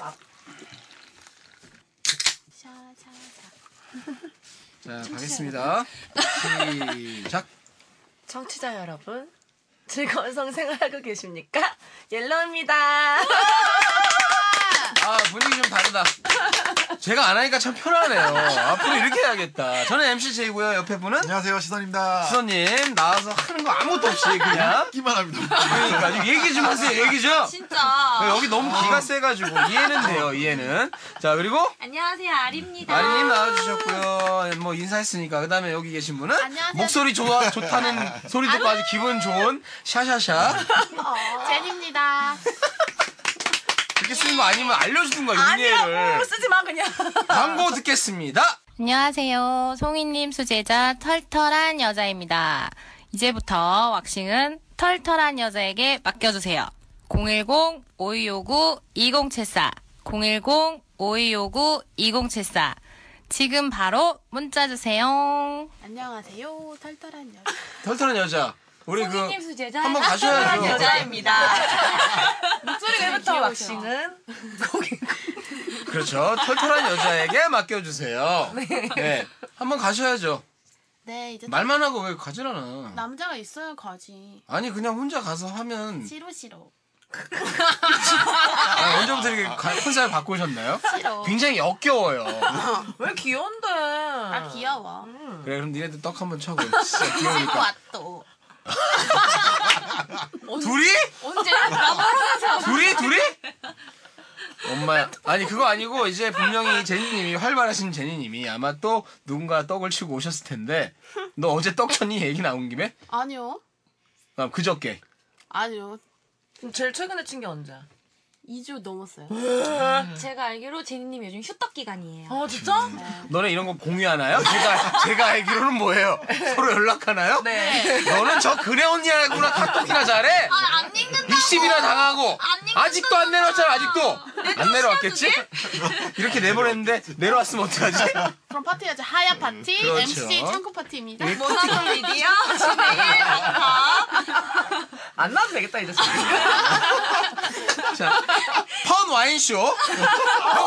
막 자, 샤샤샤. 가겠습니다. 시작. 청취자 여러분 즐거운 성생활하고 계십니까? 옐로입니다. 아, 분위기 좀 다르다. 제가 안 하니까 참 편하네요. 앞으로 이렇게 해야겠다. 저는 MC 제이고요. 옆에 분은 안녕하세요 시선입니다. 수선님 나와서 하는 거 아무것도 없이 그냥 기만 합니다. 그러니까 얘기 좀 하세요. 얘기 좀. 진짜. 여기 너무 기가 세가지고 이해는 돼요. 이해는. 자, 그리고 안녕하세요 아리입니다. 아리님 나와주셨고요. 뭐 인사했으니까 그다음에 여기 계신 분은 안녕하세요. 목소리 좋아 좋다는 소리 듣고 아주 기분 좋은 샤샤샤 젠입니다. 이렇게 쓰는 거 아니면 알려주는 거야 아니라고 윤예를 쓰지 마 그냥. 광고 듣겠습니다. 안녕하세요. 송이님 수제자 털털한 여자입니다. 이제부터 왁싱은 털털한 여자에게 맡겨주세요. 010-5259-2074. 010-5259-2074. 지금 바로 문자 주세요. 안녕하세요 털털한 여자. 털털한 여자. 우리 그 손님 수제자. 한번 가셔야죠. 털털한 여자입니다. 목소리가 이 왁싱은 그렇죠. 털털한 여자에게 맡겨주세요. 네. 한번 가셔야죠. 네 이제 말만 하고 왜 가질 않아. 남자가 있어야 가지 아니 그냥 혼자 가서 하면 싫어 싫어 아, 언제부터 이렇게 가- 컨셉을 바꾸셨나요? 싫어 굉장히 역겨워요. 왜 귀여운데? 아 귀여워 음. 그래 그럼 니네들 떡 한번 쳐고 진짜 친구 귀여우니까. 왔또 둘이? 언제? 나 모르면서. 둘이? 둘이? 엄마야. 아니 그거 아니고 이제 분명히 제니님이 활발하신 제니님이 아마 또 누군가 떡을 치고 오셨을 텐데 너 어제 떡 쳤니 얘기 나온 김에? 아니요 아, 그저께. 아니요 그럼 제일 최근에 친 게 언제? 2주 넘었어요 제가 알기로 제니님 요즘 휴떡 기간이에요. 어 진짜? 너네 이런 거 공유하나요? 제가 제가 알기로는 뭐예요? 서로 연락하나요? 네. 너는 저 그네 언니하고나 카톡이나 잘해. 안 읽는다 믹십이나 당하고 읽는다. 아직도 안 내려왔잖아. 아직도 안 내려왔겠지? 이렇게 내보냈는데 내려왔으면 어떡하지? 그럼 파티 해야지 하야 파티 그렇죠. MC 창고 파티입니다 뭐 모나는 미디어 진행의 방파. 안 나도 되겠다 이제. 자, 펀 와인쇼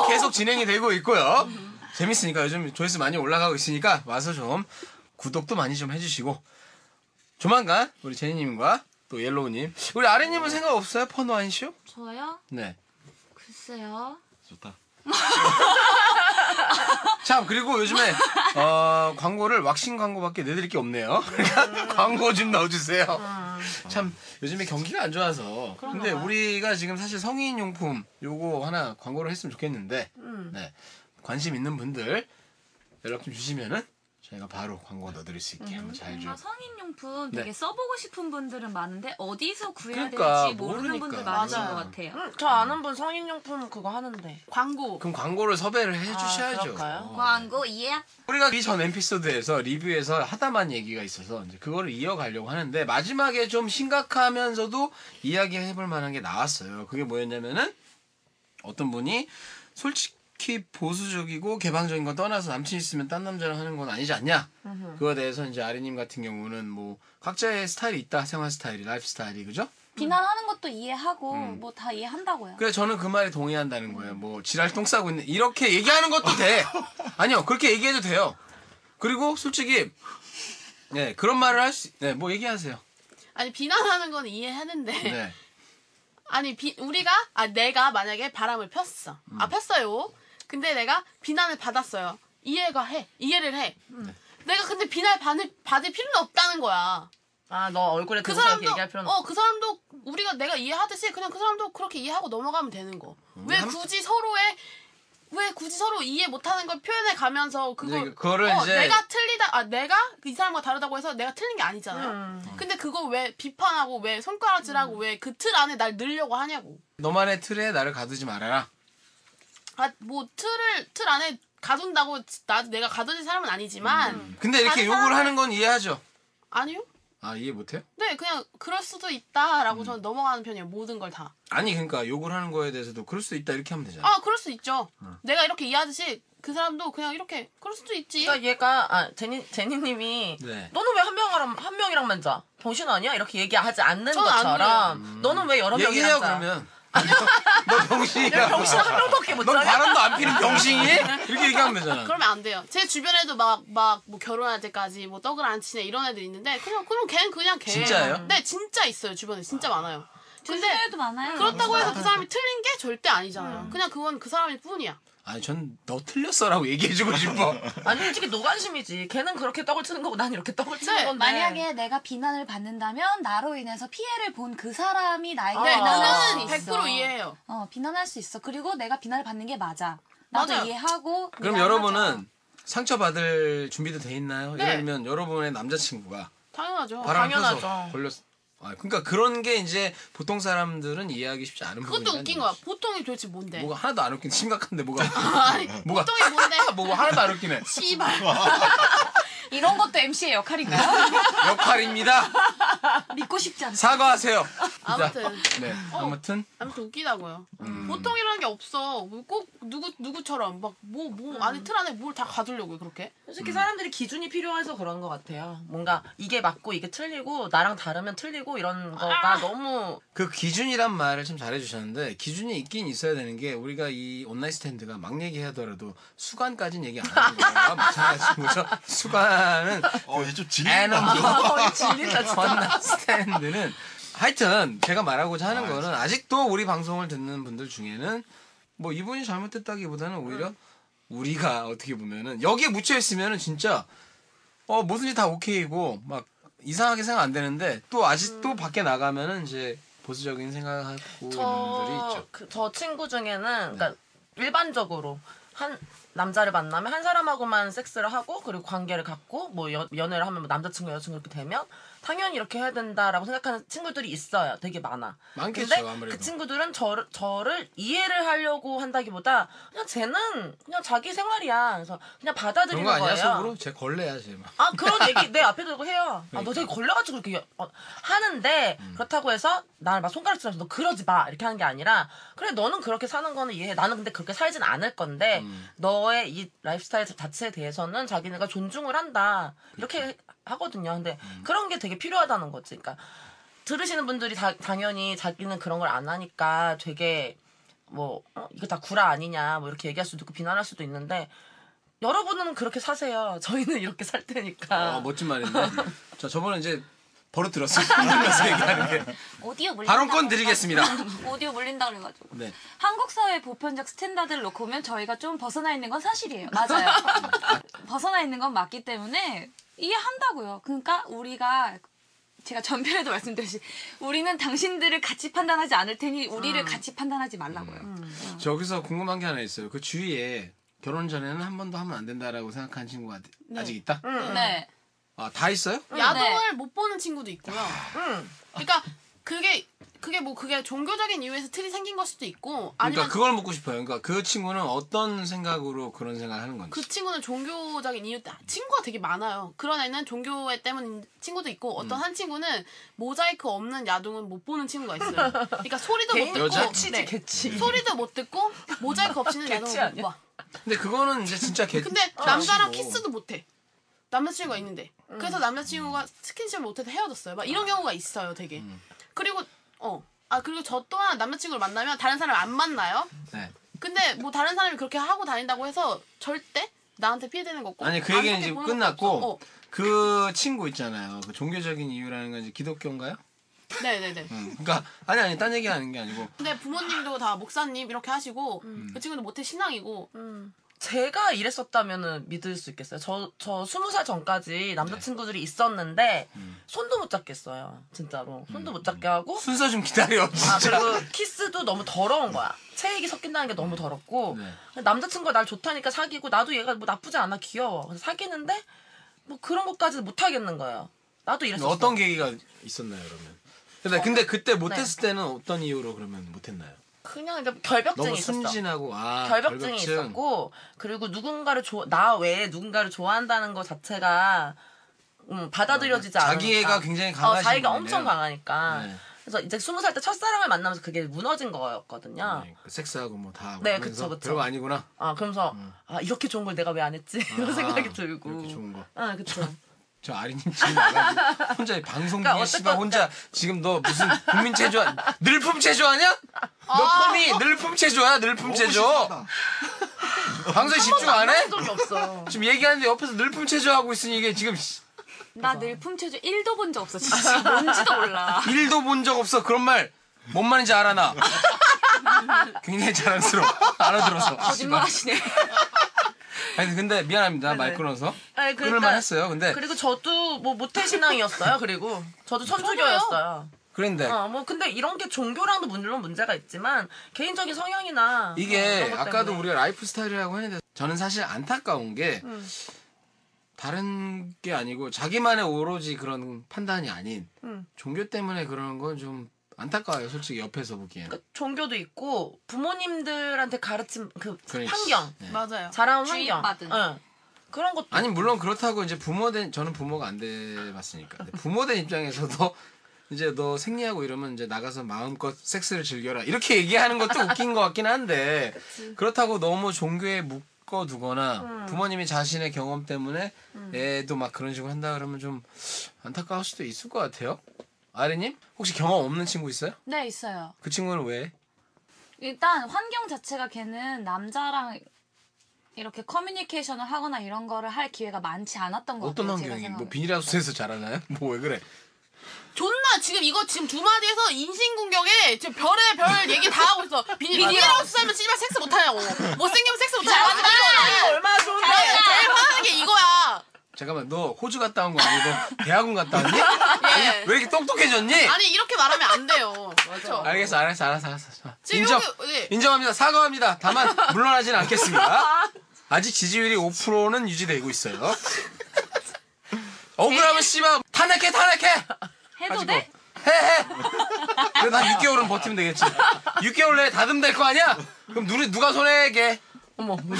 계속 진행이 되고 있고요. 재밌으니까 요즘 조회수 많이 올라가고 있으니까 와서 좀 구독도 많이 좀 해주시고 조만간 우리 제니님과 또 옐로우님 우리 아래님은 생각 없어요? 펀 와인쇼? 저요? 네. 글쎄요. 좋다. 참 그리고 요즘에 어, 광고를 왁싱 광고밖에 내드릴 게 없네요. 음. 그러니까 광고 좀 넣어주세요. 아. 참 요즘에 경기가 안 좋아서 근데 우리가 지금 사실 성인 용품 요거 하나 광고를 했으면 좋겠는데 음. 네. 관심 있는 분들 연락 좀 주시면은 저희가 바로 광고 넣어드릴 수 음. 있게 한번 잘 좀. 아, 성인용품 네. 되게 써보고 싶은 분들은 많은데 어디서 구해야 그러니까, 될지 모르는 모르니까. 분들 많으신 맞아요. 것 같아요. 음, 저 아는 분 성인용품 그거 하는데. 광고 그럼 광고를 섭외를 해주셔야죠. 아, 그럴까요? 광고 이해? 우리가 이 전 에피소드에서 리뷰에서 하다만 얘기가 있어서 이제 그거를 이어가려고 하는데 마지막에 좀 심각하면서도 이야기해볼 만한 게 나왔어요. 그게 뭐였냐면은 어떤 분이 솔직히 보수적이고 개방적인 건 떠나서 남친 있으면 딴 남자랑 하는 건 아니지 않냐. 그거에 대해서 이제 아리님 같은 경우는 뭐 각자의 스타일이 있다. 생활 스타일이, 라이프 스타일이 그죠? 비난하는 것도 이해하고 음. 뭐 다 이해한다고요. 그래 저는 그 말에 동의한다는 거예요. 뭐 지랄 똥 싸고 있는 이렇게 얘기하는 것도 돼. 아니요 그렇게 얘기해도 돼요. 그리고 솔직히 네 그런 말을 할 수, 네뭐 얘기하세요. 아니 비난하는 건 이해하는데 네. 아니 비, 우리가 아 내가 만약에 바람을 폈어 음. 아 폈어요 근데 내가 비난을 받았어요 이해가 해 이해를 해 내가 근데 비난 받을, 받을 필요는 없다는 거야 아 너 얼굴에 그 그 사람도 사람도 얘기할 필요는 어 그 사람도 우리가 내가 이해하듯이 그냥 그 사람도 그렇게 이해하고 넘어가면 되는 거. 왜 음, 한- 굳이 서로의 왜 굳이 서로 이해 못하는 걸 표현해 가면서 이제 그거 그- 그거를 어, 이제- 내가 틀리다 아 내가 이 사람과 다르다고 해서 내가 틀린 게 아니잖아요. 음. 근데 그거 왜 비판하고 왜 손가락질하고 왜 그 틀 안에 날 넣으려고 하냐고. 너만의 틀에 나를 가두지 말아라. 아 뭐 틀을 틀 안에 가둔다고 나 내가 가둔 사람은 아니지만 근데 이렇게 다른 욕을 사람을- 하는 건 이해하죠. 아니요. 아 이해 못해요? 네 그냥 그럴 수도 있다라고 저는 음. 넘어가는 편이에요. 모든 걸 다. 아니 그러니까 욕을 하는 거에 대해서도 그럴 수 있다 이렇게 하면 되잖아. 아 그럴 수 있죠. 음. 내가 이렇게 이해하듯이 그 사람도 그냥 이렇게 그럴 수도 있지. 그러니까 얘가 아 제니 제니님이 네. 너는 왜 한 명이랑 한 명이랑만 자? 정신 아니야? 이렇게 얘기하지 않는 저는 안 것처럼 너는 왜 여러 명이랑 얘기해요 자? 그러면. 너 병신이야. 병신 한 명밖에 못 넌 자냐? 바람도 안 피는 병신이? 이렇게 얘기하면 되잖아. 그러면 안 돼요. 제 주변에도 막 막 뭐 결혼할 때까지 뭐 떡을 안 치네 이런 애들 있는데 그냥 그럼 걔는 그냥 걔. 진짜예요? 네 진짜 있어요 주변에 진짜 많아요. 근데 근데도 많아요. 그렇다고 해서 그 사람이 틀린 게 절대 아니잖아요. 그냥 그건 그 사람일 뿐이야. 아니 전 너 틀렸어라고 얘기해주고 싶어. 아니 솔직히 노관심이지. 걔는 그렇게 떡을 치는 거고 난 이렇게 떡을 치는 네, 건데. 음. 만약에 내가 비난을 받는다면 나로 인해서 피해를 본 그 사람이 나에게 네, 비난할 그거는 수 있어. 100% 이해해요. 어, 비난할 수 있어. 그리고 내가 비난을 받는 게 맞아. 나도 맞아요. 이해하고 그럼 비난하자. 여러분은 상처받을 준비도 돼 있나요? 네. 어, 예를 들면 여러분의 남자친구가 당연하죠. 바람 당연하죠. 펴서 걸렸. 아 그러니까 그런 게 이제 보통 사람들은 이해하기 쉽지 않은 그것도 뭐 네. 부분이라는 웃긴 얘기지. 거야. 보통이 도대체 뭔데? 뭐가 하나도 안 웃긴 심각한데 뭐가 아니, 뭐가 보통이 뭔데? 뭐 하나도 안 웃기네. 씨발. 이런 것도 MC의 역할인가요? 역할입니다. 믿고 싶지 않아. 사과하세요. 아무튼. 자, 네 아무튼 아무튼 웃기다고요. 음. 보통이라는 게 없어. 뭐꼭 누구 누구처럼 막 뭐 뭐 음. 안에 틀 안에 뭘 다 가두려고 그렇게? 솔직히 음. 사람들이 기준이 필요해서 그런 것 같아요. 뭔가 이게 맞고 이게 틀리고 나랑 다르면 틀리고 이런 거가 너무 그 기준이란 말을 참 잘해주셨는데 기준이 있긴 있어야 되는 게 우리가 이 온라인 스탠드가 막 얘기하더라도 수간까지는 얘기 안 하는 거예요. 마찬가지인 거죠. 수간은 어, 이제 좀 질린다. 애너미 질린다 진짜. 전나 스탠드는 하여튼 제가 말하고자 하는 거는 아직도 우리 방송을 듣는 분들 중에는 뭐 이분이 잘못됐다기보다는 오히려 우리가 어떻게 보면은 여기에 묻혀 있으면은 진짜 어 뭐든지 다 오케이고 막 이상하게 생각 안 되는데 또 아직도 음. 밖에 나가면은 이제 보수적인 생각하고 있는 분들이 저, 있죠. 네. 그, 저 친구 중에는 그러니까 일반적으로 한 남자를 만나면 한 사람하고만 섹스를 하고 그리고 관계를 갖고 뭐 연, 연애를 하면 뭐 남자친구 여자친구 이렇게 되면 당연히 이렇게 해야 된다라고 생각하는 친구들이 있어요. 되게 많아. 많겠죠, 근데 아무래도. 그 친구들은 저를, 저를 이해를 하려고 한다기보다 그냥 쟤는 그냥 자기 생활이야. 그래서 그런 그냥 받아들이는 거 아니야 거예요. 속으로 제 걸레야 제 막. 아 그런 얘기 내 앞에도 그거 해요. 아 그러니까. 너 되게 걸려가지고 이렇게 여- 어, 하는데 음. 그렇다고 해서 나를 막 손가락질하면서 너 그러지 마 이렇게 하는 게 아니라 그래 너는 그렇게 사는 거는 이해해. 나는 근데 그렇게 살진 않을 건데 음. 너의 이 라이프스타일 자체에 대해서는 자기네가 존중을 한다 그렇죠. 이렇게 하거든요. 근데 음. 그런 게 되게 필요하다는 거지. 그러니까 들으시는 분들이 다, 당연히 자기는 그런 걸 안 하니까 되게 뭐 어, 이거 다 구라 아니냐 뭐 이렇게 얘기할 수도 있고 비난할 수도 있는데 여러분은 그렇게 사세요. 저희는 이렇게 살 테니까. 어, 멋진 말인데. 저 저번에 이제 버릇 들었어요. 그러면서 얘기하는 게. 오디오 물린다. 발언권 드리겠습니다. 오디오 물린다 그래가지고. 네. 한국 사회 보편적 스탠다드를 놓고 보면 저희가 좀 벗어나 있는 건 사실이에요. 맞아요. 벗어나 있는 건 맞기 때문에 이해한다고요. 그러니까 우리가 제가 전편에도 말씀드렸듯이 우리는 당신들을 같이 판단하지 않을 테니 우리를 같이 판단하지 말라고요. 음. 저기서 궁금한 게 하나 있어요. 그 주위에 결혼 전에는 한 번도 하면 안 된다라고 생각하는 친구가 아직 있다? 네. 아, 다 있어요? 음, 야동을 네. 못 보는 친구도 있고요. 아. 그러니까 그게 그게 뭐 그게 종교적인 이유에서 틀이 생긴 걸 수도 있고 아니면 그러니까 그 그걸 묻고 싶어요. 그러니까 그 친구는 어떤 생각으로 그런 생각을 하는 건지. 친구는 종교적인 이유 아, 친구가 되게 많아요. 그런 애는 종교에 때문인 친구도 있고 어떤 음. 한 친구는 모자이크 없는 야동은 못 보는 친구가 있어요. 그러니까 소리도 못 개인 듣고 여자? 개치지 네. 개치. 소리도 못 듣고 모자이크 없이는 개치 야동을 못 아니야? 봐. 근데 그거는 이제 진짜 개. 근데 아, 남자랑 아시고. 키스도 못해. 남자친구가 있는데. 음. 그래서 남자친구가 스킨십을 못해서 헤어졌어요. 막 아. 이런 경우가 있어요, 되게. 음. 그리고 어. 아 그리고 저 또한 남자친구를 만나면 다른 사람 안 만나요. 네. 근데 뭐 다른 사람이 그렇게 하고 다닌다고 해서 절대 나한테 피해되는 거고. 아니 그 얘기는 안 좋게 지금 보는 것도 없어. 끝났고 어. 그 친구 있잖아요. 그 종교적인 이유라는 건 이제 기독교인가요? 어. 네네네. 응. 그러니까 아니 아니 딴 얘기 하는 게 아니고 근데 부모님도 다 목사님 이렇게 하시고 그 친구도 못해 신앙이고. 제가 이랬었다면은 믿을 수 있겠어요. 저, 저 스무 살 전까지 남자친구들이 있었는데, 손도 못 잡겠어요. 진짜로. 손도 못 잡게 하고. 순서 좀 기다려. 아, 그렇죠. 진짜. 그리고 키스도 너무 더러운 거야. 체액이 섞인다는 게 너무 더럽고. 네. 남자친구가 날 좋다니까 사귀고, 나도 얘가 뭐 나쁘지 않아. 귀여워. 그래서 사귀는데, 뭐 그런 것까지 못 하겠는 거예요. 나도 이랬었어. 어떤 계기가 있었나요, 그러면? 근데, 근데 어. 그때 못했을 네. 때는 어떤 이유로 그러면 못했나요? 그냥 이제 결벽증이 너무 있었어. 순진하고 아 결벽증이 있었고 그리고 누군가를 좋아- 나 외에 누군가를 좋아한다는 것 자체가 음, 받아들여지지 않아. 어, 자기애가 굉장히 강하신 자기가 분이네요. 엄청 강하니까. 네. 그래서 이제 스무 살 때 첫사랑을 만나면서 그게 무너진 거였거든요. 네, 그 섹스하고 뭐 다. 어. 네, 하면서 그쵸, 그쵸. 별거 아니구나. 아 그러면서 아 이렇게 좋은 걸 내가 왜 안 했지 음. 이런 아, 생각이 들고. 이렇게 좋은 거. 아 그쵸. 저 아린님 지금 나가지고 혼자 이 방송 중에 그러니까 씨발 어쨌건 혼자 지금 너 무슨 국민 체조 늘품 체조하냐? 너 어. 아. 폼이 늘품 체조야 늘품 체조. 방송에 집중 안 해? 만난 적이 없어. 지금 얘기하는데 옆에서 늘품 체조하고 있으니 이게 지금 나 늘품 체조 1도 본 적 없어. 진짜 뭔지도 몰라. 일도 본 적 없어 그런 말 뭔 말인지 알아 나. 굉장히 자랑스러워 알아들어서. 그러니까 거짓말하시네. 아니 근데 미안합니다 말 끊어서. 아니, 그러니까- 그럴만 했어요. 네. 근데 그리고 저도 뭐 모태 신앙이었어요. 그리고 저도 아, 천주교였어요. 그런데 어, 뭐 근데 이런 게 종교랑도 물론 문제가 있지만 개인적인 성향이나 어, 이게 이런 것 아까도 때문에. 우리가 라이프 스타일이라고 했는데 저는 사실 안타까운 게 음. 다른 게 아니고 자기만의 오로지 그런 판단이 아닌 음. 종교 때문에 그러는 건 좀 안타까워요 솔직히 옆에서 보기엔 그 종교도 있고 부모님들한테 가르침 그 그래, 환경 네. 맞아요. 자라온 환경 주입받은. 응. 그런 것도 아니 물론 그렇다고 이제 부모된 저는 부모가 안 돼봤으니까 근데 부모된 입장에서도 이제 너 생리하고 이러면 이제 나가서 마음껏 섹스를 즐겨라 이렇게 얘기하는 것도 웃긴 것 같긴 한데 그렇다고 너무 종교에 음. 묶어두거나 부모님이 자신의 경험 때문에 애도 막 그런 식으로 한다 그러면 좀 안타까울 수도 있을 것 같아요 아리님 혹시 경험 없는 친구 있어요? 네, 있어요. 그 친구는 왜? 일단 환경 자체가 걔는 남자랑 이렇게 커뮤니케이션을 하거나 이런 거를 할 기회가 많지 않았던 것 어떤 같아요. 제가 환경이? 뭐 생각하기에. 비닐하우스에서 자라나요? 뭐 왜 그래? 존나 지금 이거 지금 두 마디에서 인신공격에 지금 별의 별 얘기 다 하고 있어. 비닐 비닐하우스 살면 씨발 섹스 못하냐고. 못생기면 섹스 못하냐고. 아, 하는 이거 거야. 얼마나 좋은데 내가 제일 화나는 게 이거야. 잠깐만 너 호주 갔다 온 거 아니고 너 대학원 갔다 왔니? 예. 왜 이렇게 똑똑해졌니? 아니 이렇게 말하면 안 돼요. 그렇죠. 알겠어, 알았어, 알았어, 알았어. 지금 인정, 여기, 예. 인정합니다. 사과합니다. 다만 물러나진 않겠습니다. 아직 지지율이 5%는 유지되고 있어요. 억울하면 씨발 탄핵해, 탄핵해. 해도 가지고 돼? 해, 해. 그래도 한 6개월은 버티면 되겠지. 6개월 내에 다듬될 거 아니야? 그럼 누, 누가 손해게? 어머 뭐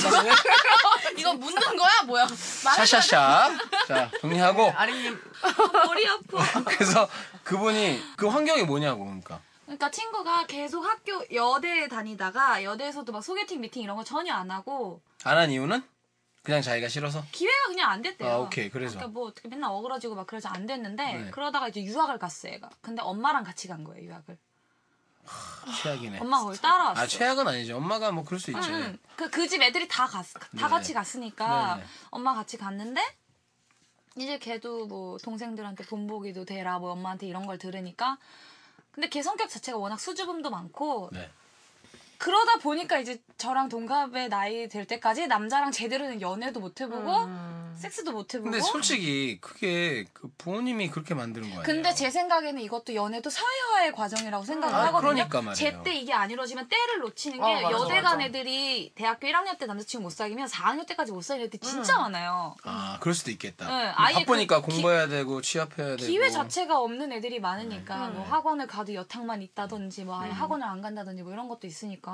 이거 묻는 거야 뭐야? 말을 샤샤샤. 자 정리하고. 아린님 머리 아파. 그래서 그분이 그 환경이 뭐냐고 그러니까. 그러니까 친구가 계속 학교 여대에 다니다가 여대에서도 막 소개팅 미팅 이런 거 전혀 안 하고 안 한 이유는 그냥 자기가 싫어서. 기회가 그냥 안 됐대요. 아, 오케이. 그래서. 그러니까 뭐 어떻게 맨날 어그러지고 막 그래서 안 됐는데 네. 그러다가 이제 유학을 갔어 얘가. 근데 엄마랑 같이 간 거예요 유학을. 최악이네. 엄마가 그걸 따라왔어. 아 최악은 아니죠. 엄마가 뭐 그럴 수 있지. 그 집 애들이 다 갔, 다 네. 같이 갔으니까 네. 엄마 같이 갔는데 이제 걔도 뭐 동생들한테 본보기도 되라 뭐 엄마한테 이런 걸 들으니까 근데 걔 성격 자체가 워낙 수줍음도 많고 네. 그러다 보니까 이제 저랑 동갑의 나이 될 때까지 남자랑 제대로는 연애도 못 해보고 섹스도 못 해보고 근데 솔직히 그게 그 부모님이 그렇게 만드는 거 아니에요? 근데 제 생각에는 이것도 연애도 사회화의 과정이라고 생각을 아, 하거든요. 그러니까 말이에요. 제때 이게 안 이루어지면 때를 놓치는 게 어, 맞아, 여대 맞아. 간 애들이 대학교 1학년 때 남자친구 못 사귀면 4학년 때까지 못 사귀는 애들 음. 진짜 많아요. 아 그럴 수도 있겠다. 네, 뭐 아예 바쁘니까 그 기- 공부해야 되고 취업해야 되고. 기회 자체가 없는 애들이 많으니까 음. 뭐 학원을 가도 여탕만 있다든지 뭐 아예 음. 학원을 안 간다든지 뭐 이런 것도 있으니까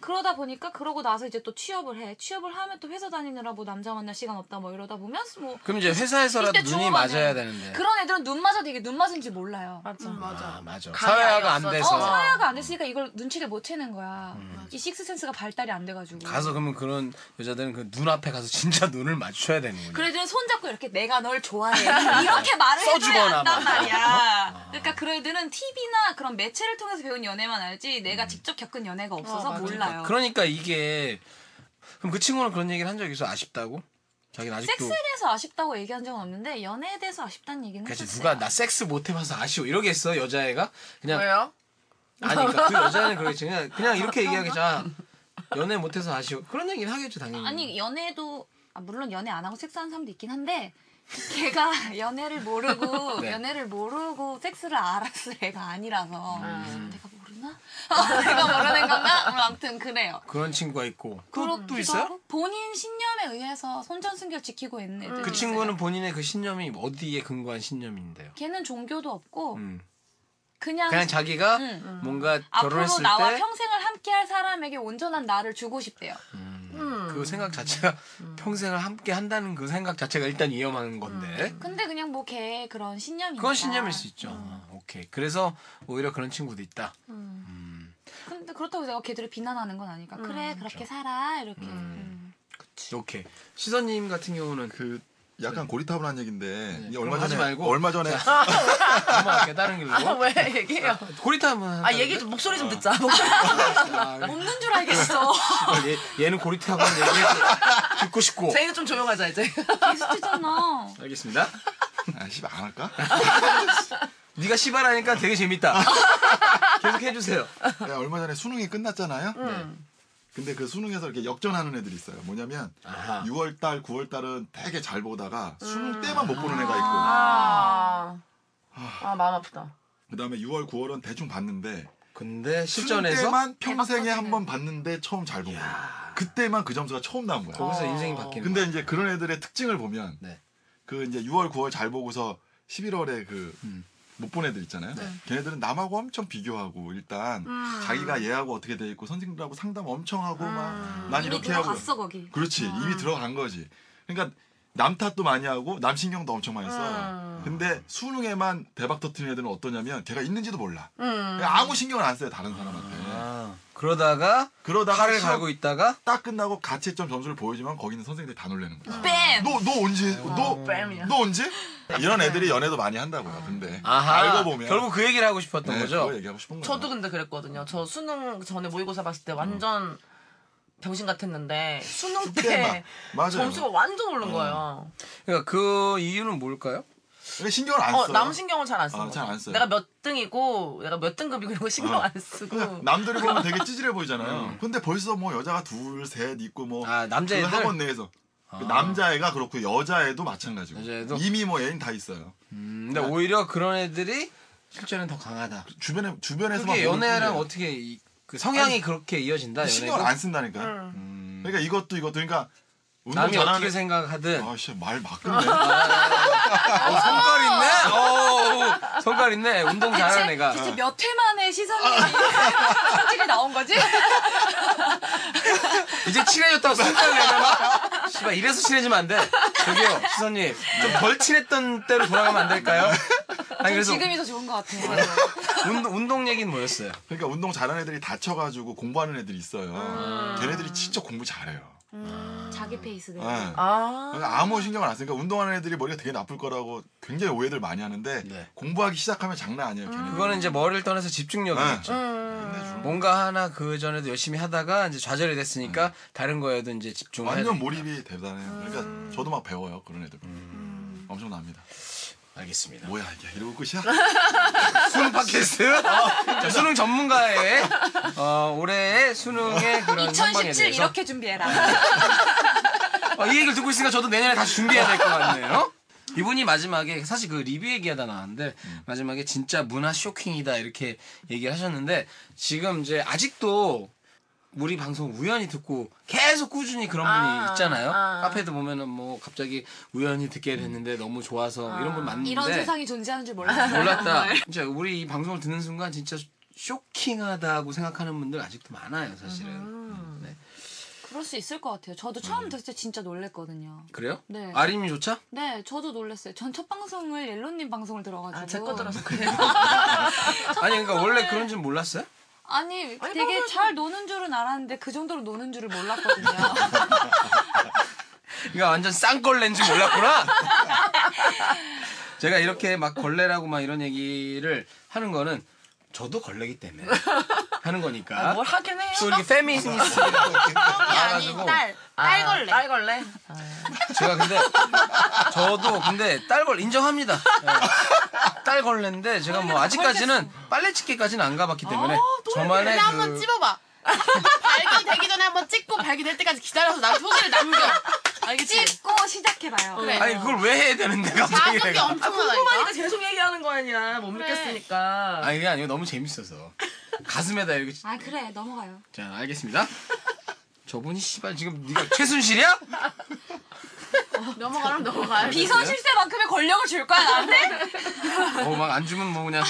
그러다 보니까 그러고 나서 이제 또 취업을 해 취업을 하면 또 회사 다니느라 뭐 남자 만날 시간 없다 뭐 이러다 보면 뭐 그럼 이제 회사에서라도 이때 눈이 중후반에- 맞아야 되는데. 그런 애들은 눈 맞아도 이게 눈 맞은지 몰라요. 맞아 음, 맞아. 아 맞아. 감이 아예 사회화가 안 없어서. 돼서 음. 어, 사회화가 안 됐으니까 이걸 눈치를 못 채는 거야. 이 식스센스가 발달이 안 돼가지고. 가서 그러면 그런 여자들은 그눈 앞에 가서 진짜 눈을 맞춰야 되는군요. 그래도 손잡고 이렇게 내가 널 좋아해. 이렇게 말을 써주거나 해줘야 막. 어. 한단 말이야. 그러니까 그 애들은 TV나 그런 매체를 통해서 배운 연애만 알지 내가 직접 겪은 연애가 없어서 몰라요. 음. 그러니까 이게 그럼 그 친구는 그런 얘기를 한 적이 있어 아쉽다고? 자기는 아직도 섹스에 대해서 아쉽다고 얘기한 적은 없는데 연애에 대해서 아쉽다는 얘기는 그치 했었어요. 누가 나 섹스 못 해봐서 아쉬워 이러겠어 여자애가 그냥 왜요? 아니 그러니까 그 여자는 그러겠지 그냥, 그냥 이렇게 얘기하겠지 아, 연애 못해서 아쉬워 그런 얘기를 하겠죠 당연히 아니 연애도 아, 물론 연애 안 하고 섹스하는 사람도 있긴 한데 걔가 연애를 모르고 네. 연애를 모르고 섹스를 알았을 애가 아니라서 음. 내가 모르나? 아, 내가 모르는 건가? 뭐 아무튼 그래요. 그런 친구가 있고 그렇기도 하고 본인 신념에 의해서 손전승결 지키고 있는 애들. 그 친구는 본인의 그 신념이 어디에 근거한 신념인데요 걔는 종교도 없고 음. 그냥, 그냥 자기가 음. 뭔가 앞으로 결혼했을 나와 때 평생을 함께할 사람에게 온전한 나를 주고 싶대요. 그 생각 자체가 평생을 함께 한다는 그 생각 자체가 일단 음. 위험한 건데 근데 그냥 뭐 걔 그런 신념이 그건 신념일 수 있죠 아, 오케이 그래서 오히려 그런 친구도 있다 근데 그렇다고 내가 걔들을 비난하는 건 아니까 그래 그렇게 살아 이렇게. 음. 오케이 시선님 같은 경우는 그 약간 고리타분한 얘기인데 이 얼마 네, 그럼 하지 전에 말고. 얼마 전에 엄마 깨달은 길로. 아 왜 얘기해요? 고리타 한번. 아 얘기 좀 목소리 좀 듣자. 목소리. 아, 없는 줄 알겠어. 얘, 얘는 고리타 한번 얘기해 듣고 싶고. 제이는 좀 조용하자 이제. 게스트잖아. 알겠습니다. 아씨안 할까? 네가 씨발하니까 되게 재밌다. 계속 해주세요. 야, 얼마 전에 수능이 끝났잖아요. 음. 근데 그 수능에서 이렇게 역전하는 애들이 있어요. 뭐냐면 아하. 음. 6월 달, 9월 달은 되게 잘 보다가 수능 때만 못 보는 애가 있고 아, 아 마음 아프다. 그다음에 6월, 9월은 대충 봤는데 근데 수능 실전에서 때만 평생에 한 번 봤는데 처음 잘 보고 그때만 그 점수가 처음 나온 거야. 거기서 인생이 바뀌는. 아, 근데 이제 그런 애들의 특징을 보면 네. 그 이제 6월, 9월 잘 보고서 11월에 그 음. 못 본 애들 있잖아요. 걔네들은 남하고 엄청 비교하고 일단 음. 자기가 얘하고 어떻게 돼 있고 선생님들하고 상담 엄청 하고 막 난 아. 이미 이렇게 하고 들어갔어 아. 거기. 그렇지 이미 들어간 거지. 그러니까 남 탓도 많이 하고 남 신경도 엄청 많이 아. 써요. 근데 수능에만 대박 터트린 애들은 어떠냐면 걔가 있는지도 몰라. 음. 그냥 아무 신경을 안 써요 다른 사람한테. 아, 그러다가 그러다가 팔을 시험 갈고 있다가 딱 끝나고 가채점 점수를 보여주면 거기는 선생님들 다 놀래는 거야. 뱀. 너 너 언제 너 아, 뺨이야. 네. 너 언제? 이런 애들이 연애도 많이 한다고요. 근데 아하, 알고 보면 결국 그 얘기를 하고 싶었던 네, 거죠. 그거 얘기하고 싶은 거예요. 저도 근데 그랬거든요. 저 수능 전에 모의고사 봤을 때 완전 병신 같았는데 수능 때 그때만. 맞아요. 네. 점수가 완전 오른 거예요. 그러니까 그 이유는 뭘까요? 왜 신경을 안 어, 써요. 남 신경을 잘 안 쓰는 아, 거죠. 잘안 써요. 내가 몇 등이고 내가 몇 등급이고 이런 거 신경 어. 안 쓰고. 남들이 보면 되게 찌질해 보이잖아요. 근데 벌써 뭐 여자가 둘, 셋 있고 뭐 음. 아, 그 남자애들 아. 학원 내에서 그 남자애가 그렇고 여자애도 마찬가지고 여자애도? 이미 뭐 애인 다 있어요. 음, 네. 근데 오히려 그런 애들이 실제는 더 강하다. 주변에 주변에서만 그게 보는 연애랑 뿐이에요. 어떻게 이- 그 성향이 그렇게 이어진다. 연애가? 신경을 안 쓴다니까. 요 그러니까 이것도 이것도 그러니까 운동 남이 어떻게 잘하는 생각하든 아씨 말 막근데 어, 성깔 아! 있네. 어, 성깔 있네. 운동 잘하는 애가. 어. 아. 대체 몇 회만에 시선이 성질이 나온 거지? 이제 친해졌다고 성깔 내려나? 씨발 이래서 친해지면 안 돼. 저기요 시선님 좀 덜 친했던 때로 돌아가면 안 될까요? 아니 그래서 전 지금이 더 좋은 것 같아. 운동, 운동 얘기는 뭐였어요? 그러니까 운동 잘하는 애들이 다쳐가지고 공부하는 애들이 있어요. 걔네들이 진짜 공부 잘해요. 어. 자기 페이스 내. 예. 아, 그러니까 아무 신경을 안 쓰니까 운동하는 애들이 머리가 되게 나쁠 거라고 굉장히 오해들 많이 하는데 네. 공부하기 시작하면 장난 아니에요. 걔네들. 그거는 이제 머리를 떠나서 네. 집중력이겠죠. 음. 뭔가 하나 그 전에도 열심히 하다가 이제 좌절이 됐으니까 다른 거에도 이제 집중을 해야 음. 완전 되니까. 몰입이 대단해요. 그러니까 저도 막 배워요 그런 애들. 음. 엄청납니다. 알겠습니다. 뭐야 이게 이러고 끝이야? 수능 팟캐스트? 아, 어, 저 수능 전문가의 어, 올해의 수능의 그런 전망에 2017 대해서 이렇게 준비해라. 어, 이 얘기를 듣고 있으니까 저도 내년에 다시 준비해야 될 것 같네요. 이분이 마지막에 사실 그 리뷰 얘기하다 나왔는데 마지막에 진짜 문화 쇼킹이다 이렇게 얘기를 하셨는데 지금 이제 아직도 우리 방송 우연히 듣고 계속 꾸준히 그런 분이 아, 있잖아요. 아. 카페도 보면은 뭐 갑자기 우연히 듣게 됐는데 너무 좋아서 이런 분 많은데 이런 세상이 존재하는 줄 몰랐어. 몰랐다. 진짜 우리 이 방송을 듣는 순간 진짜 쇼킹하다고 생각하는 분들 아직도 많아요, 사실은. 음, 네. 그럴 수 있을 것 같아요. 저도 처음 듣을 때 진짜 놀랬거든요. 그래요? 네. 아림조차? 네, 저도 놀랐어요. 전 첫 방송을 옐로님 방송을 들어가지고. 제 거 들어서 그래요. 아니 그러니까 원래 그런 줄 몰랐어요? 아니, 아니, 되게 방송에서- 잘 노는 줄은 알았는데 그 정도로 노는 줄을 몰랐거든요. 그러니까 완전 쌍걸레인지 몰랐구나. 제가 이렇게 막 걸레라고 막 이런 얘기를 하는 거는 저도 걸레기 때문에 하는 아, 거니까. 뭘 하긴 해요. 또 이렇게 페미니스트 형이 뭐 아닌 딸. 딸걸레. 아, 딸걸레. 제가 근데 저도 근데 딸걸 인정합니다. 예. 딸걸레인데 제가 뭐 아직까지는 빨래 집게까지는 안 가봤기 때문에 저만의 근데 아, 한번 그 찝어봐. 발기 되기 전에 한번 찍고 발기 될 때까지 기다려서 남 소리를 남겨. 알겠지? 찍고 시작해봐요. 그래. 아니 그걸 왜 해야 되는데 갑자기 자극이 내가 궁금하니까 엄청나다니까. 계속 얘기하는 거 아니야. 못 그래. 믿겠으니까. 아니 그게 아니고 너무 재밌어서 가슴에다 이렇게 아, 그래, 넘어가요. 자, 알겠습니다. 저분이 씨발 지금 네가 최순실이야? 아, 넘어가면 넘어가요. 비선 실세만큼의 권력을 줄 거야, 나한테? 어, 막 안 주면 뭐 그냥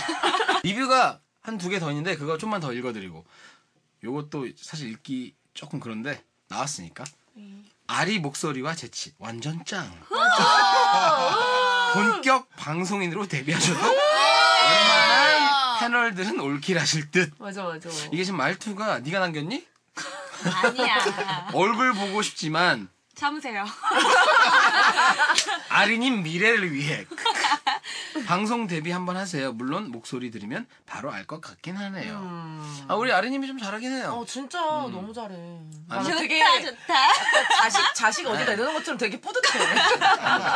리뷰가 한 두 개 더 있는데 그거 좀만 더 읽어드리고 요것도 사실 읽기 조금 그런데 나왔으니까 아리 목소리와 재치 완전 짱. 본격 방송인으로 데뷔하셔도 웬만한 패널들은 올킬하실 듯. 맞아, 맞아. 이게 지금 말투가 네가 남겼니? 아니야. 얼굴 보고 싶지만 참으세요. 아린님 미래를 위해 방송 데뷔 한번 하세요. 물론 목소리 들으면 바로 알 것 같긴 하네요. 음. 아 우리 아린님이 좀 잘하긴 해요. 어 진짜 너무 잘해. 나 아니, 되게 좋다 좋다. 자식 자식 어디다 내놓은 것처럼 되게 뿌듯해.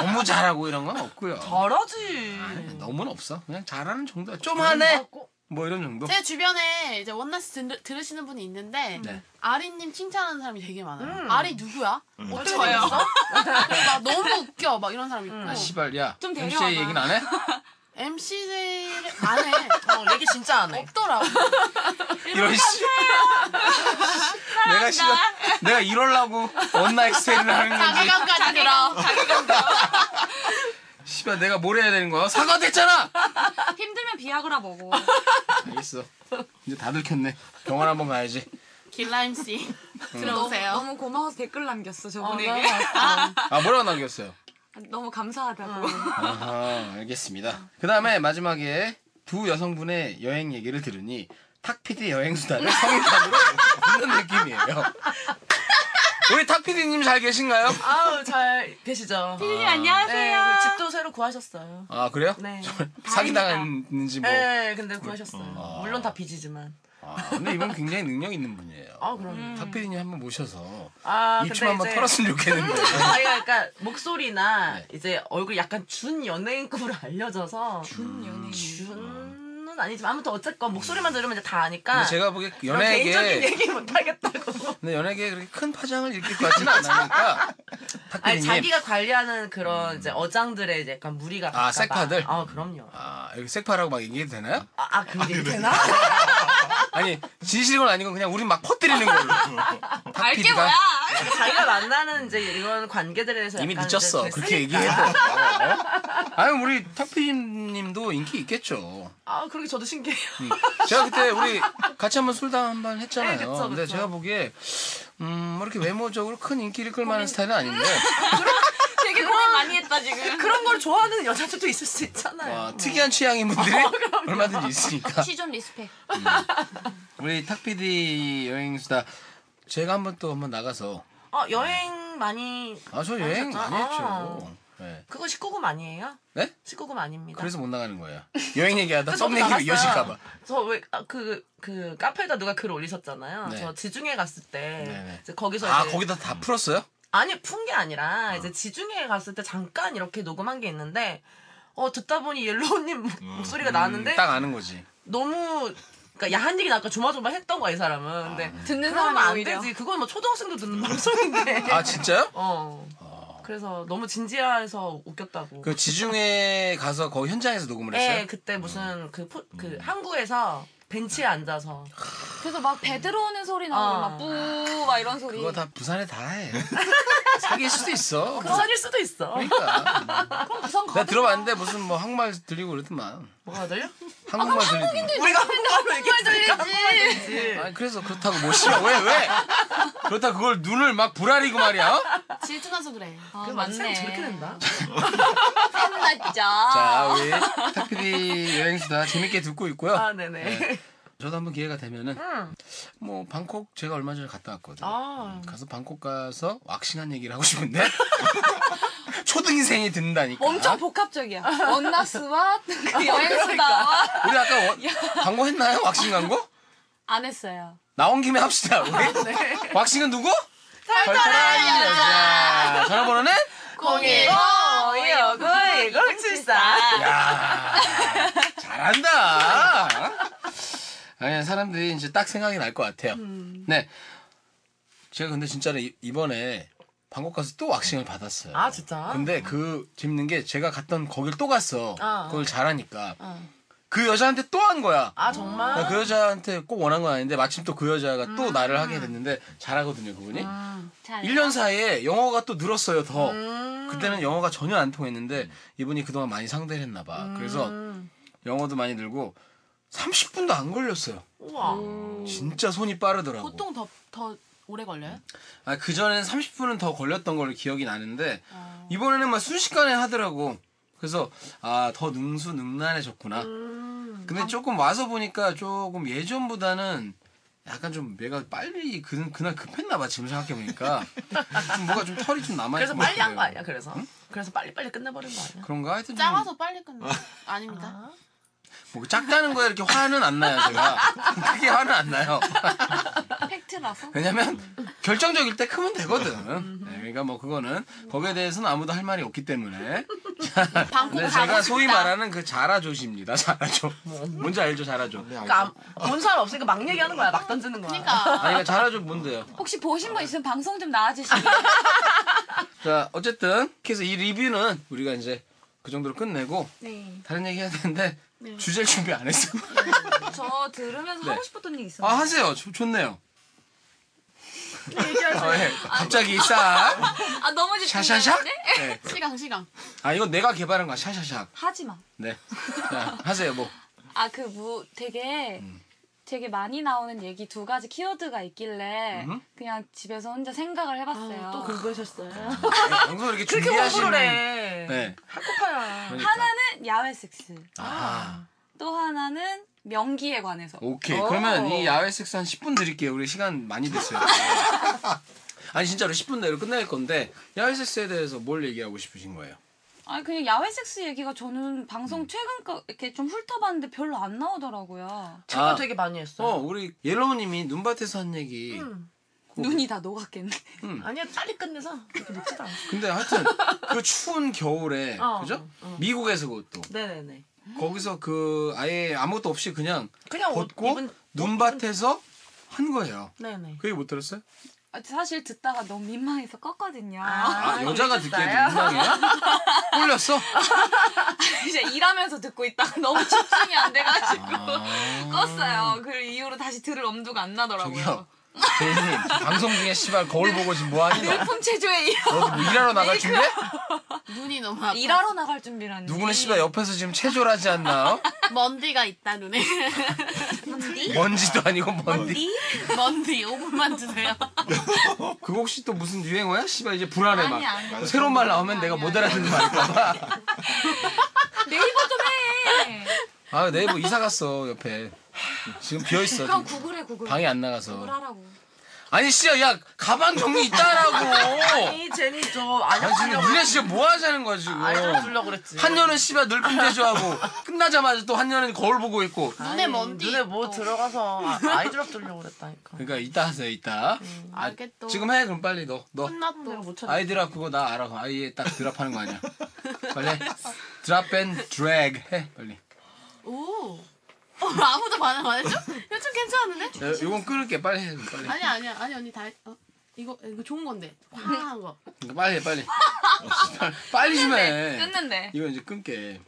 너무 잘하고 이런 건 없고요. 잘하지. 아니, 너무는 없어. 그냥 잘하는 정도. 좀 하네. 어, 뭐 이런 정도. 제 주변에 이제 원나스 들, 들으시는 분이 있는데 네. 아리님 칭찬하는 사람이 되게 많아요. 음. 아리 누구야? 어떻게 저요? 생겼어? 나 너무 웃겨 막 이런 사람 있고 아 씨발 야. 좀 데려와봐. MC 얘기는 안 해? MC를 안 해. 어 얘기 진짜 안 해. 없더라고. 이런 씨. 내가 씨발 내가 이럴라고 원나잇 스테이를 하는 건지. 자기감까지 들어. 씨발 내가 뭘 해야 되는 거야? 사과 됐잖아. 힘들면 비아그라 먹어. 알겠어. 이제 다 들켰네. 병원 한번 가야지. 길라임 씨 음. 들어오세요. 너무 고마워서 댓글 남겼어 저분에게. 아 뭐라고 남겼어요? 너무 감사하다고. 아하, 알겠습니다. 그 다음에 마지막에 두 여성분의 여행 얘기를 들으니 탁피디 여행 수단을 성인단으로 듣는 느낌이에요. 우리 탁피디님 잘 계신가요? 아우 잘 계시죠. 피디님 네, 안녕하세요. 그 집도 새로 구하셨어요. 아 그래요? 네. 사기당했는지 뭐. 네, 근데 구하셨어요. 물론 다 빚이지만. 아, 근데 이분 굉장히 능력 있는 분이에요. 아, 그럼요. 탁피디님 한번 모셔서 아, 이춤 한번 털었으면 네. 좋겠는데. 저희가 그러니까 목소리나 이제 얼굴이 약간 준 연예인급으로 알려져서 준 연예인 준은 아니지만 아무튼 어쨌건 목소리만 들으면 이제 다 아니까 음. 근데 제가 보기에 그런 개인적인 연예계 얘기 못 하겠다고 근데 연예계에 그렇게 큰 파장을 일으킬 것 같지는 않으니까 아니 탁피디님 자기가 관리하는 음. 그런 이제 어장들의 이제 약간 무리가 갈까 봐. 섹파들? 아 그럼요 아 여기 색파라고 막 얘기해도 되나요? 아, 아 그게 되나? 아니 진실은 아니고 그냥 우린 막 퍼뜨리는 걸로. 알게 뭐야? 그러니까 자기가 만나는 이제 이런 관계들에 대해서 이미 약간 이제 늦었어. 그랬으니까. 그렇게 얘기해. 어? 아니 우리 탁피님도 인기 있겠죠. 아 그러게 저도 신기해요 음. 제가 그때 우리 같이 한번 술담 한번 했잖아요. 네, 그쵸, 근데 그쵸. 제가 보기에 음 이렇게 외모적으로 큰 인기를 끌만한 스타일은 아닌데 되게 고민 많이 했다 지금. 그런 걸 좋아하는 여자들도 있을 수 있잖아요 와, 특이한 취향인 분들이 어, 얼마든지 있으니까. 음. 시존 리스펙. 우리 탁피디 여행수다 제가 한번 또 한번 나가서 어 여행 많이 아 저 여행 많이 다니셨죠? 아. 했죠. 네. 그거 19금 아니에요? 네? 19금 아닙니다. 그래서 못 나가는 거예요. 여행 얘기하다 저도 썸 얘기로 나갔어요. 이어질까봐. 저 왜 그 그 카페에다 누가 글 올리셨잖아요. 네. 저 지중해 갔을 때 네네. 이제 거기서 아 이제 음, 거기다 어. 다 풀었어요? 아니 푼 게 아니라 이제 지중해 갔을 때 잠깐 이렇게 녹음한 게 있는데 어 듣다 보니 옐로우님 목- 목소리가 나는데 음. 딱 아는 거지. 너무 그러니까 야한 얘기 나까 조마조마 했던 거야 이 사람은. 아. 근데 듣는 그러면 사람이 안 오히려. 되지. 그건 뭐 초등학생도 듣는 방송인데. 아 진짜요? 어. 그래서 너무 진지해서 웃겼다고. 그 지중해 가서 거기 현장에서 녹음을 예, 했어요? 그때 무슨 그, 포, 그 항구에서 벤치에 앉아서 그래서 막 배 들어오는 소리 나고 아. 막 뿌, 막 이런 소리. 그거 다 부산에 다 해. 사귈 수도 있어. 부산일 수도 있어. 그러니까. 그럼 부산 가. 내가 들어봤는데 무슨 뭐 한국말 들리고 그러더만. 뭐가 들려? 한국말 들리고. 우리가 한국말로 들리지. 얘기했지. 아니 그래서 그렇다고 뭐 싫어 왜 왜? 그렇다 고 그걸 눈을 막 부라리고 말이야. 어? 질투나서 그래. 아, 쌤 저렇게 된다. 샘났죠. 자 우리 탁피디 여행수다 재밌게 듣고 있고요. 아, 네네. 네. 저도 한번 기회가 되면은 뭐 방콕 제가 얼마 전에 갔다 왔거든요. 아. 음, 가서 방콕 가서 왁싱한 얘기를 하고 싶은데 초등생이 듣는다니까. 엄청 복합적이야. 원나스와 어, 그 여행수다와 우리 아까 원- 광고 했나요? 왁싱 광고? 안 했어요. 나온 김에 합시다. 우리. 왁싱은 누구? 털털한 여자. 전화번호는? 010 529 1074. 야 아, 잘한다. 아니 아, 사람들이 이제 딱 생각이 날 것 같아요. 음. 네. 제가 근데 진짜로 이- 이번에 방콕 가서 또 왁싱을 받았어요. 아, 진짜? 근데 그 재밌는 게 제가 갔던 거길 또 갔어. 아, 어. 그걸 잘하니까. 그 여자한테 또 한 거야. 아, 정말? 그러니까 그 여자한테 꼭 원한 건 아닌데 마침 또 그 여자가 아. 또 나를 하게 됐는데 잘하거든요 그분이 잘. 1년 사이에 영어가 또 늘었어요 더 음. 그때는 영어가 전혀 안 통했는데 이분이 그동안 많이 상대를 했나 봐 음. 그래서 영어도 많이 늘고 30분도 안 걸렸어요 우와. 진짜 손이 빠르더라고 보통 더, 더 오래 걸려요? 아, 그전에는 30분은 더 걸렸던 걸로 기억이 나는데 아. 이번에는 막 순식간에 하더라고 그래서 아 더 능수능란해졌구나 음. 아. 근데 조금 와서 보니까 조금 예전보다는 약간 좀 얘가 빨리 그, 그날 급했나 봐 지금 생각해 보니까 뭐가 좀 털이 좀 남아 그래서 있고 빨리 한 거 아니야, 그래서? 그래서 빨리빨리 끝내버린 거 아니야? 그런가 하여튼 좀 작아서 빨리 끝내. 음. 아닙니다. 뭐 작다는 거에 이렇게 화는 안 나요 제가 크게 화는 안 나요 팩트라서. 왜냐면 결정적일 때 크면 음. 되거든 네, 그러니까 뭐 그거는 거기에 대해서는 아무도 할 말이 없기 때문에 방콕 근데 가고 네, 제가 소위 싶다. 말하는 그 자라조십니다 자라조 뭔지 알죠 자라조 네, 알죠. 그러니까 안- 본 사람 없으니까 막 얘기하는 거야. 막 던지는 거야. 그러니까 아니 그 자라조 뭔데요 혹시 보신 분 있으면 방송 좀 나와주시면. 자 어쨌든 그래서 이 리뷰는 우리가 이제 그 정도로 끝내고 네. 다른 얘기 해야 되는데 주제를 준비 안 했어 저 들으면서 네. 하고 싶었던 얘기 있어요. 아 하세요 좋- 좋네요 얘기하세요. 어, 예. 갑자기 싹 아, 너무 집중이 샤샤샥 되는데? 네. 시강 시강. 아 이건 내가 개발한 거야 샤샤샥 하지 마. 네 자, 하세요 뭐 아, 그, 뭐, 되게, 음. 되게 많이 나오는 얘기 두 가지 키워드가 있길래, 음. 그냥 집에서 혼자 생각을 해봤어요. 아, 또 긁으셨어요. 아니, 방송 이렇게 그렇게 준비하시는 공부를 해. 네 한국파야. 그러니까. 하나는 야외 섹스. 아 또 하나는 명기에 관해서. 오케이 오. 그러면 이 야외 섹스 한 10분 드릴게요 우리 시간 많이 됐어요 아니 진짜로 10분 내로 끝낼 건데 야외 섹스에 대해서 뭘 얘기하고 싶으신 거예요 아니 그냥 야외 섹스 얘기가 저는 음. 방송 최근 거 이렇게 좀 훑어봤는데 별로 안 나오더라고요. 제가 아. 되게 많이 했어. 어 우리 옐로우님이 눈밭에서 한 얘기 뭐- 눈이 다 녹았겠네. 아니야 빨리 끝내서 그렇게 먹지도 않아. 근데 하여튼 그 추운 겨울에 어, 그죠? 어. 미국에서 그것도 네네네. 거기서 그 아예 아무것도 없이 그냥 그냥 옷 걷고 어, 입은- 눈밭에서 한 거예요. 네네. 그 얘기 못 들었어요? 아, 사실 듣다가 너무 민망해서 껐거든요. 아, 아, 여자가 듣기에도 그러셨어요? 민망해요? 꼴렸어? 이제 일하면서 듣고 있다가 너무 집중이 안 돼가지고 아. 껐어요. 그 이후로 다시 들을 엄두가 안 나더라고요. 저기요. 대리님 방송 중에 씨발 거울 보고 지금 뭐 하니? 너 일품 체조에 이어 어디 뭐 일하러 나갈 준비? 눈이 너무 아파. 일하러 나갈 준비라니. 누구는 씨발 옆에서 지금 체조를 하지 않나? 어? 먼디가 있다 눈에. 먼지도 아니고 먼디. 먼디 5분만 주세요. 어, 그거 혹시 또 무슨 유행어야? 씨발 이제 불안해 막. 아니 아니 뭐 새로운 말 나오면 내가 못 알아듣는 말일까봐. 네이버 좀 해. 아 네이버 이사 갔어 옆에. 지금 비어 있어. 그럼 구글해 구글. 방에 안 나가서. 구글하라고. 아니 씨야 야 가방 정리 있다라고. 이 제니 저 아니 지금 안녕하려고 니네 진짜 뭐 하자는 거야 지금. 안녕하려고 그랬지. 한여는 씨발 늘품 제조하고 끝나자마자 또 한여는 거울 보고 있고. 눈에 아니, 먼디. 눈에 뭐 들어가서 아- 아이드롭 들려고 그랬다니까. 그러니까 이따 하세요 이따. 아, 알겠어. 지금 해 그럼 빨리 너 너. 내가 혼났어. 못 찾아. 아이드랍 그거 나 알아. 아이에 딱 드랍하는 거 아니야. 빨리 해. 드랍 앤 드래그 해 빨리. 오. 어, 아무도 반응 안 해줘? 이거 좀 괜찮은데? 야, 이건 끊을게 빨리 해 빨리. 아니야 아니야 아니 언니 다 했- 어? 이거 이거 좋은 건데 화한 거. 이거 빨리 해, 빨리 빨리 좀 해. 끊는데. 이거 이제 끊게.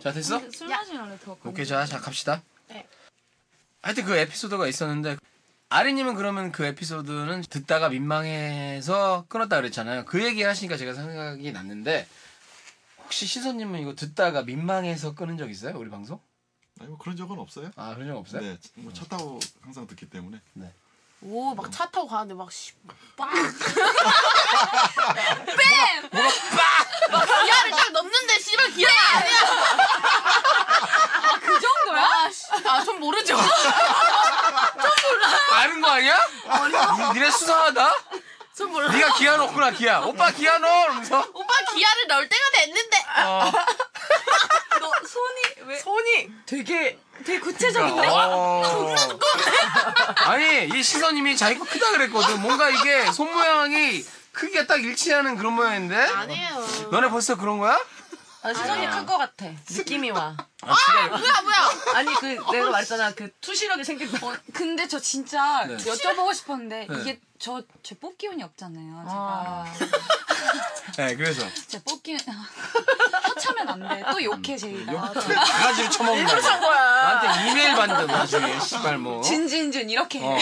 자 됐어? 술 마시면 더. 오케이 자, 자 갑시다. 네. 하여튼 그 에피소드가 있었는데 아리님은 그러면 그 에피소드는 듣다가 민망해서 끊었다 그랬잖아요. 그 얘기 하시니까 제가 생각이 났는데 혹시 시선님은 이거 듣다가 민망해서 끊은 적 있어요? 우리 방송? 아니 뭐 그런 적은 없어요? 아 그런 적 없어요? 네, 뭐 차 타고 항상 듣기 때문에. 오 막 차 타고 가는데 막 씨. 빡. 뭐가 기아를 딱 넘는데 씨발 기아 아니야. 아그 정도야? 아 전 모르죠. 아는 거 아니야? 니- 니네 수상하다? 전 몰라. 네가 기아 넣었구나 기아. 오빠 기아 넣어! 이러면서 오빠 기아를 넣을 때가 됐는데. 어. 너 손이 왜? 손이 되게 되게 구체적인데? 어. 아니 이 시선님이 자기 거 크다 그랬거든. 뭔가 이게 손 모양이 크기가 딱 일치하는 그런 모양인데. 아니에요. 너네 벌써 그런 거야? 아, 시선이 클 것 같아. 느낌이 와. 아, 뭐야 뭐야. 아니 그 내가 말했잖아 그 투시력이 생긴다. 어, 근데 저 진짜 네. 여쭤보고 싶었는데 네. 이게 저 제 뽑기운이 없잖아요. 제가 아, 네 그래서 제 뽑기운 터차면 안 돼. 또 음, 욕해 제이가. 강아지를 한 쳐먹는다. 거야. 나한테 이메일 받는 나중에 씨발 뭐. 진진준 이렇게. 어.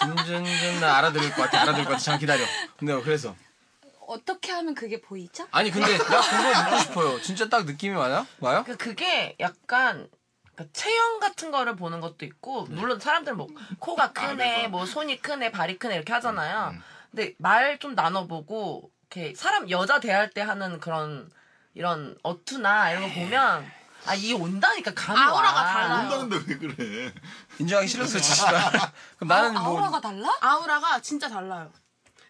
진진진 나 알아들을 것 같아 알아들을 것 같아 잠깐 기다려. 근데 그래서 어떻게 하면 그게 보이죠? 아니 근데 나 그거 묻고 싶어요. 진짜 딱 느낌이 와요? 와요? 그 그게 약간 그 체형 같은 거를 보는 것도 있고 네. 물론 사람들 뭐 음. 코가 크네 뭐 손이 크네 발이 크네 이렇게 하잖아요. 음. 근데 말 좀 나눠보고 이렇게 사람 여자 대할 때 하는 그런 이런 어투나 이런 네. 거 보면 아 이게 온다니까 감이 아우라가 와. 달라요. 온다는데 왜 그래? 인정하기 싫어서 씨발. 그럼 나는 뭐 아우라가 달라? 아우라가 진짜 달라요.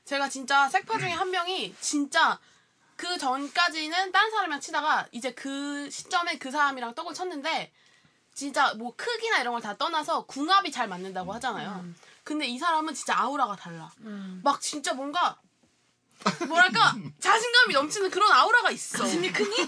제가 진짜 색파 중에 한 명이 진짜 그 전까지는 다른 사람이랑 치다가 이제 그 시점에 그 사람이랑 떡을 쳤는데 진짜 뭐 크기나 이런 걸 다 떠나서 궁합이 잘 맞는다고 하잖아요. 근데 이 사람은 진짜 아우라가 달라. 막 진짜 뭔가 뭐랄까 자신감이 넘치는 그런 아우라가 있어. 짐이 크니? 에이,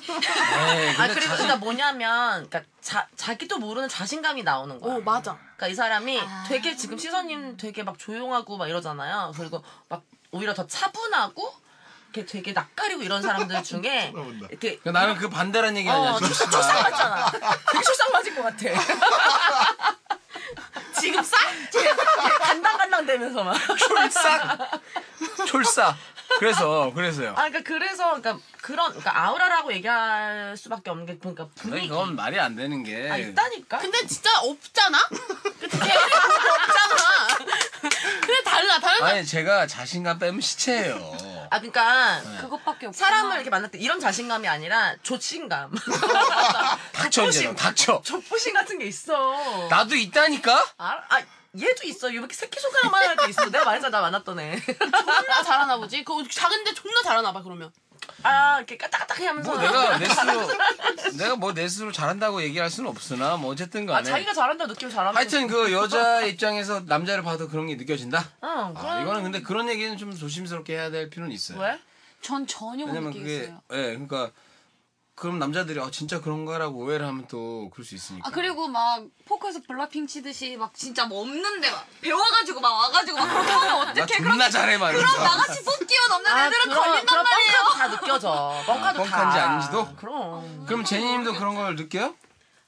아 예, 근데 그리고 자신- 그러니까 뭐냐면 그러니까 자, 자기도 모르는 자신감이 나오는 거야. 어 맞아. 그러니까 이 사람이 되게 지금 시선님 되게 막 조용하고 막 이러잖아요. 그리고 막 오히려 더 차분하고 이렇게 되게 낯가리고 이런 사람들 중에 쳐다본다. 이렇게 그러니까 나는 그 반대란 얘기 아니야. 어, 지금 초- 씨발. 초상 맞잖아. 되게 초상 맞은 것 같아. 지금 싸? 간당간당 되면서 막. 쫄싹 쫄싸 그래서 그래서요 아, 그러니까 그래서 그러니까 그런 그러니까 아우라라고 얘기할 수밖에 없는 게 그러니까 분위기. 이건 네. 말이 안 되는 게 아 있다니까. 근데 진짜 없잖아? 대리부분 없잖아. 근데 달라. 다른 사람 아니 제가 자신감 빼면 시체예요 아 그러니까 네. 네. 그것밖에 없어. 사람을 이렇게 만날 때 이런 자신감이 아니라 조친감. 닥쳐 이제 너, 닥쳐 조포심 같은 게 있어. 나도 있다니까 아, 아, 얘도 있어. 이렇게 새끼손가락만 할 때 있어. 내가 말했잖아. 나 만났던 애. 존나 잘하나 보지. 그 작은데 존나 잘하나 봐 그러면. 아, 이렇게 까딱까딱 하면서. 뭐 내가 내 스스로 내가 뭐 내 스스로 잘한다고 얘기할 수는 없으나 뭐 어쨌든 아, 간에 자기가 잘한다 느낌 잘하면. 하여튼 그 여자 입장에서 남자를 봐도 그런 게 느껴진다 응, 아, 그럼. 이거는 근데 그런 얘기는 좀 조심스럽게 해야 될 필요는 있어요 왜? 전 전혀 못 왜냐면 그게 예 느끼겠어요. 그러니까 그럼 남자들이 아 진짜 그런가라고 오해를 하면 또 그럴 수 있으니까 아 그리고 막 포커에서 블라핑 치듯이 막 진짜 뭐 없는데 막 배워가지고 막 와가지고 막 그렇게 하면 나 어떡해 그럼 존나 잘해 말이야 그럼 나같이 쏙 뛰어넘는 아, 애들은 걸린단 말이에요 뻥카도 다 느껴져. 뻥카도 아, 다. 뻥카인지 아닌지도? 그럼. 그럼 제니님도 그런 걸 느껴요?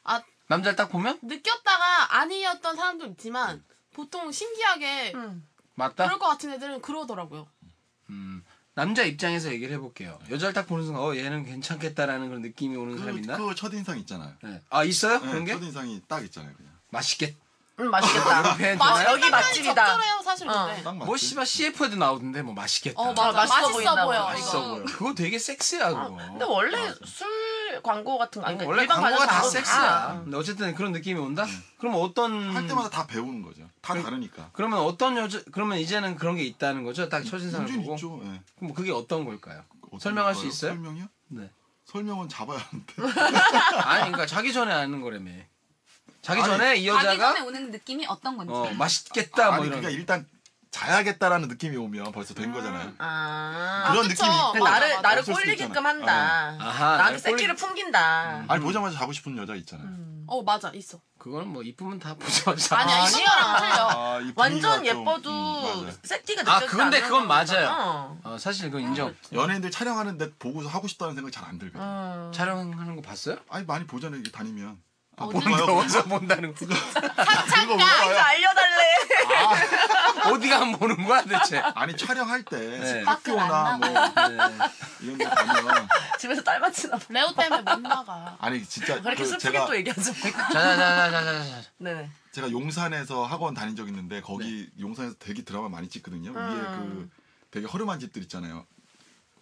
아 남자를 딱 보면 느꼈다가 아니었던 사람도 있지만 보통 신기하게 음. 맞다. 그럴 것 같은 애들은 그러더라고요. 음, 남자 입장에서 얘기를 해볼게요. 여자를 딱 보는 순간 어 얘는 괜찮겠다라는 그런 느낌이 오는 사람 있나? 그 첫인상 있잖아요. 네. 아 있어요? 네, 그런 게 첫인상이 딱 있잖아요. 그냥. 맛있겠. 음, 맛있겠다. 팬 맛- 되나요? 여기 맛집이다. 적절해요 사실 어. 근데. 딱 맞지. 뭐 씨발 CF에도 나오던데 뭐 맛있겠다. 어 맞아. 아, 맛있어 맛있어, 보인다, 보여. 맛있어 이거. 맛있어 보여. 그거 되게 섹스야 아, 그거. 근데 원래 술 광고 같은 거, 아니, 그러니까 원래 일반 광고가 다 광고 아. 섹스야. 근데 어쨌든 그런 느낌이 온다. 그럼 어떤 음. 할 때마다 다 배우는 거죠. 다 다르니까. 음. 그러면 어떤 여자 그러면 이제는 그런 게 있다는 거죠? 딱 첫인상을 완전 보고. 있죠. 예. 그럼 그게 어떤 걸까요? 어떤 설명할 거예요? 수 있어요? 설명이요? 네. 설명은 잡아야 하는데. 아니 그러니까 자기 전에 아는 거라며. 자기 아니, 전에 이 자기 전에 여자가 오는 느낌이 어떤 건지 어 맛있겠다 뭐 아니 이런. 그러니까 일단 자야겠다라는 느낌이 오면 벌써 된 거잖아요. 음. 아. 그런 그쵸. 느낌이 있고 맞아, 나를, 맞아. 나를 없을 수도 꼴리게끔 있잖아. 한다. 어. 아하, 나한테 나를 음. 새끼를 풍긴다. 아니 보자마자 자고 싶은 여자 있잖아요. 음. 어 맞아 있어. 그거는 뭐 이쁘면 다 보자마자. 아니야 이쁜 거랑 틀려. 아, 이 분위기가 완전 좀, 예뻐도 음, 맞아요. 새끼가 아, 느껴지지 근데 않는 그건 거잖아. 맞아요. 어. 어, 사실 그건 인정. 연예인들 촬영하는데 보고서 하고 싶다는 생각 잘 안 들거든. 요 음. 촬영하는 거 봤어요? 아니 많이 보잖아요. 이렇게 다니면. 아, 어디서 본다는 거. 이거 봐요. 알려달래. 어디가 안 보는 거야 대체. 아니 촬영할 때 네. 학교나 뭐 네. 이런 데 가면 집에서 딸 맞추나 봐. 레오 때문에 못 나가. 아니 진짜 그렇게 그 슬프게 제가 또 얘기하지 말고. 자자자자자자. 네네. 제가 용산에서 학원 다닌 적 있는데 거기 용산에서 되게 드라마 많이 찍거든요. 위에 그 되게 허름한 집들 있잖아요.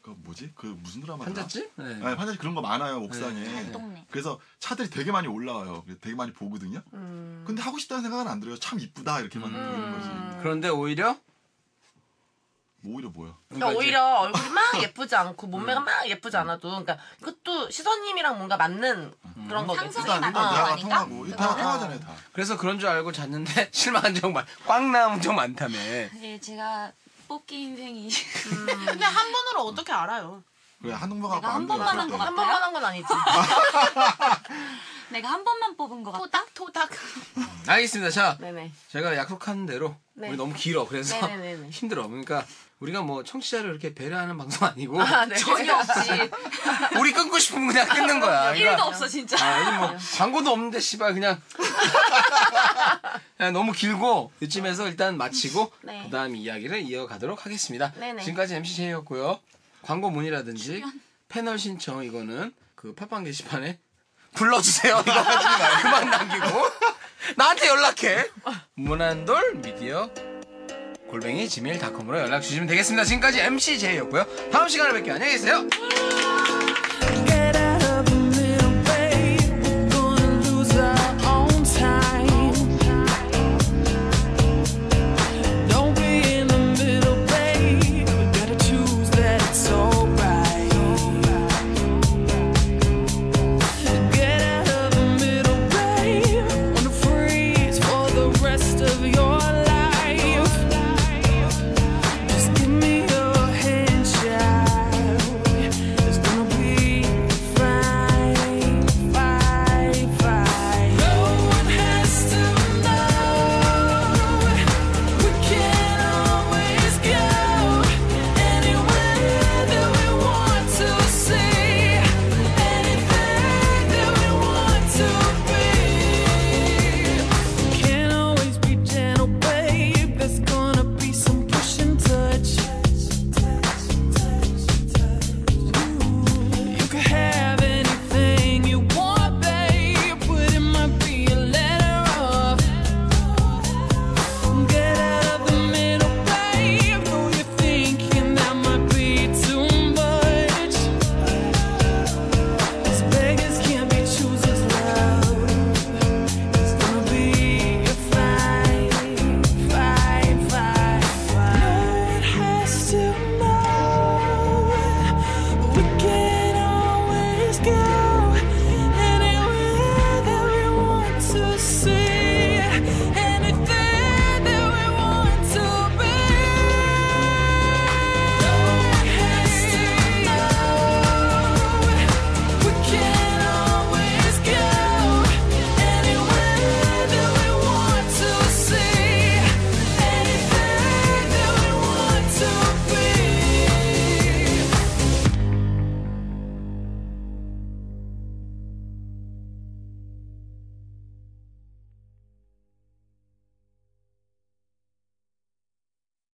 그 뭐지? 그 무슨 드라마? 환자집? 네. 네, 환자집 그런 거 많아요 옥상에. 동네. 그래서 차들이 되게 많이 올라와요. 그래서 되게 많이 보거든요. 근데 하고 싶다는 생각은 안 들어요. 참 이쁘다 이렇게만 보이는 거지. 그런데 오히려 뭐 오히려 뭐야? 그러니까 이제 오히려 얼굴이 막 예쁘지 않고 몸매가 음. 막 예쁘지 않아도 그러니까 그것도 시선님이랑 뭔가 맞는 음. 그런 거겠지. 상성이 맞는 어, 거 대화가 아닌가? 통하고 이거 다 통하잖아요 다. 그래서 그런 줄 알고 잤는데 실망한 적 많. 꽝 나온 적 많다며. 음. 사실 네, 제가 뽑기 인생이 근데 한 번으로 어떻게 알아요? 그래 한동방하고 내가 한 안 돼요. 번만 한 절대. 것 같아. 한 번만 한 건 아니지. 내가 한 번만 뽑은 것 같아 토닥 토닥. 알겠습니다. 자, 네네. 제가 약속한 대로 네. 우리 너무 길어. 그래서 네네네네. 힘들어. 그러니까 우리가 뭐 청취자를 이렇게 배려하는 방송 아니고 아, 네. 전혀 없이 우리 끊고 싶으면 그냥 끊는 거야. 일도 그러니까 없어 진짜 아, 여기 뭐 광고도 없는데 씨발 그냥 그냥 너무 길고 이쯤에서 일단 마치고 네. 그다음 이야기를 이어가도록 하겠습니다. 네네. 지금까지 MC 제이였고요. 광고 문의라든지 패널 신청 이거는 그 팟빵 게시판에 불러주세요. 이거 그만 남기고 나한테 연락해. 문안돌 미디어 골뱅이 지밀닷컴으로 연락 주시면 되겠습니다. 지금까지 MC 제이였고요. 다음 시간에 뵐게요. 안녕히 계세요.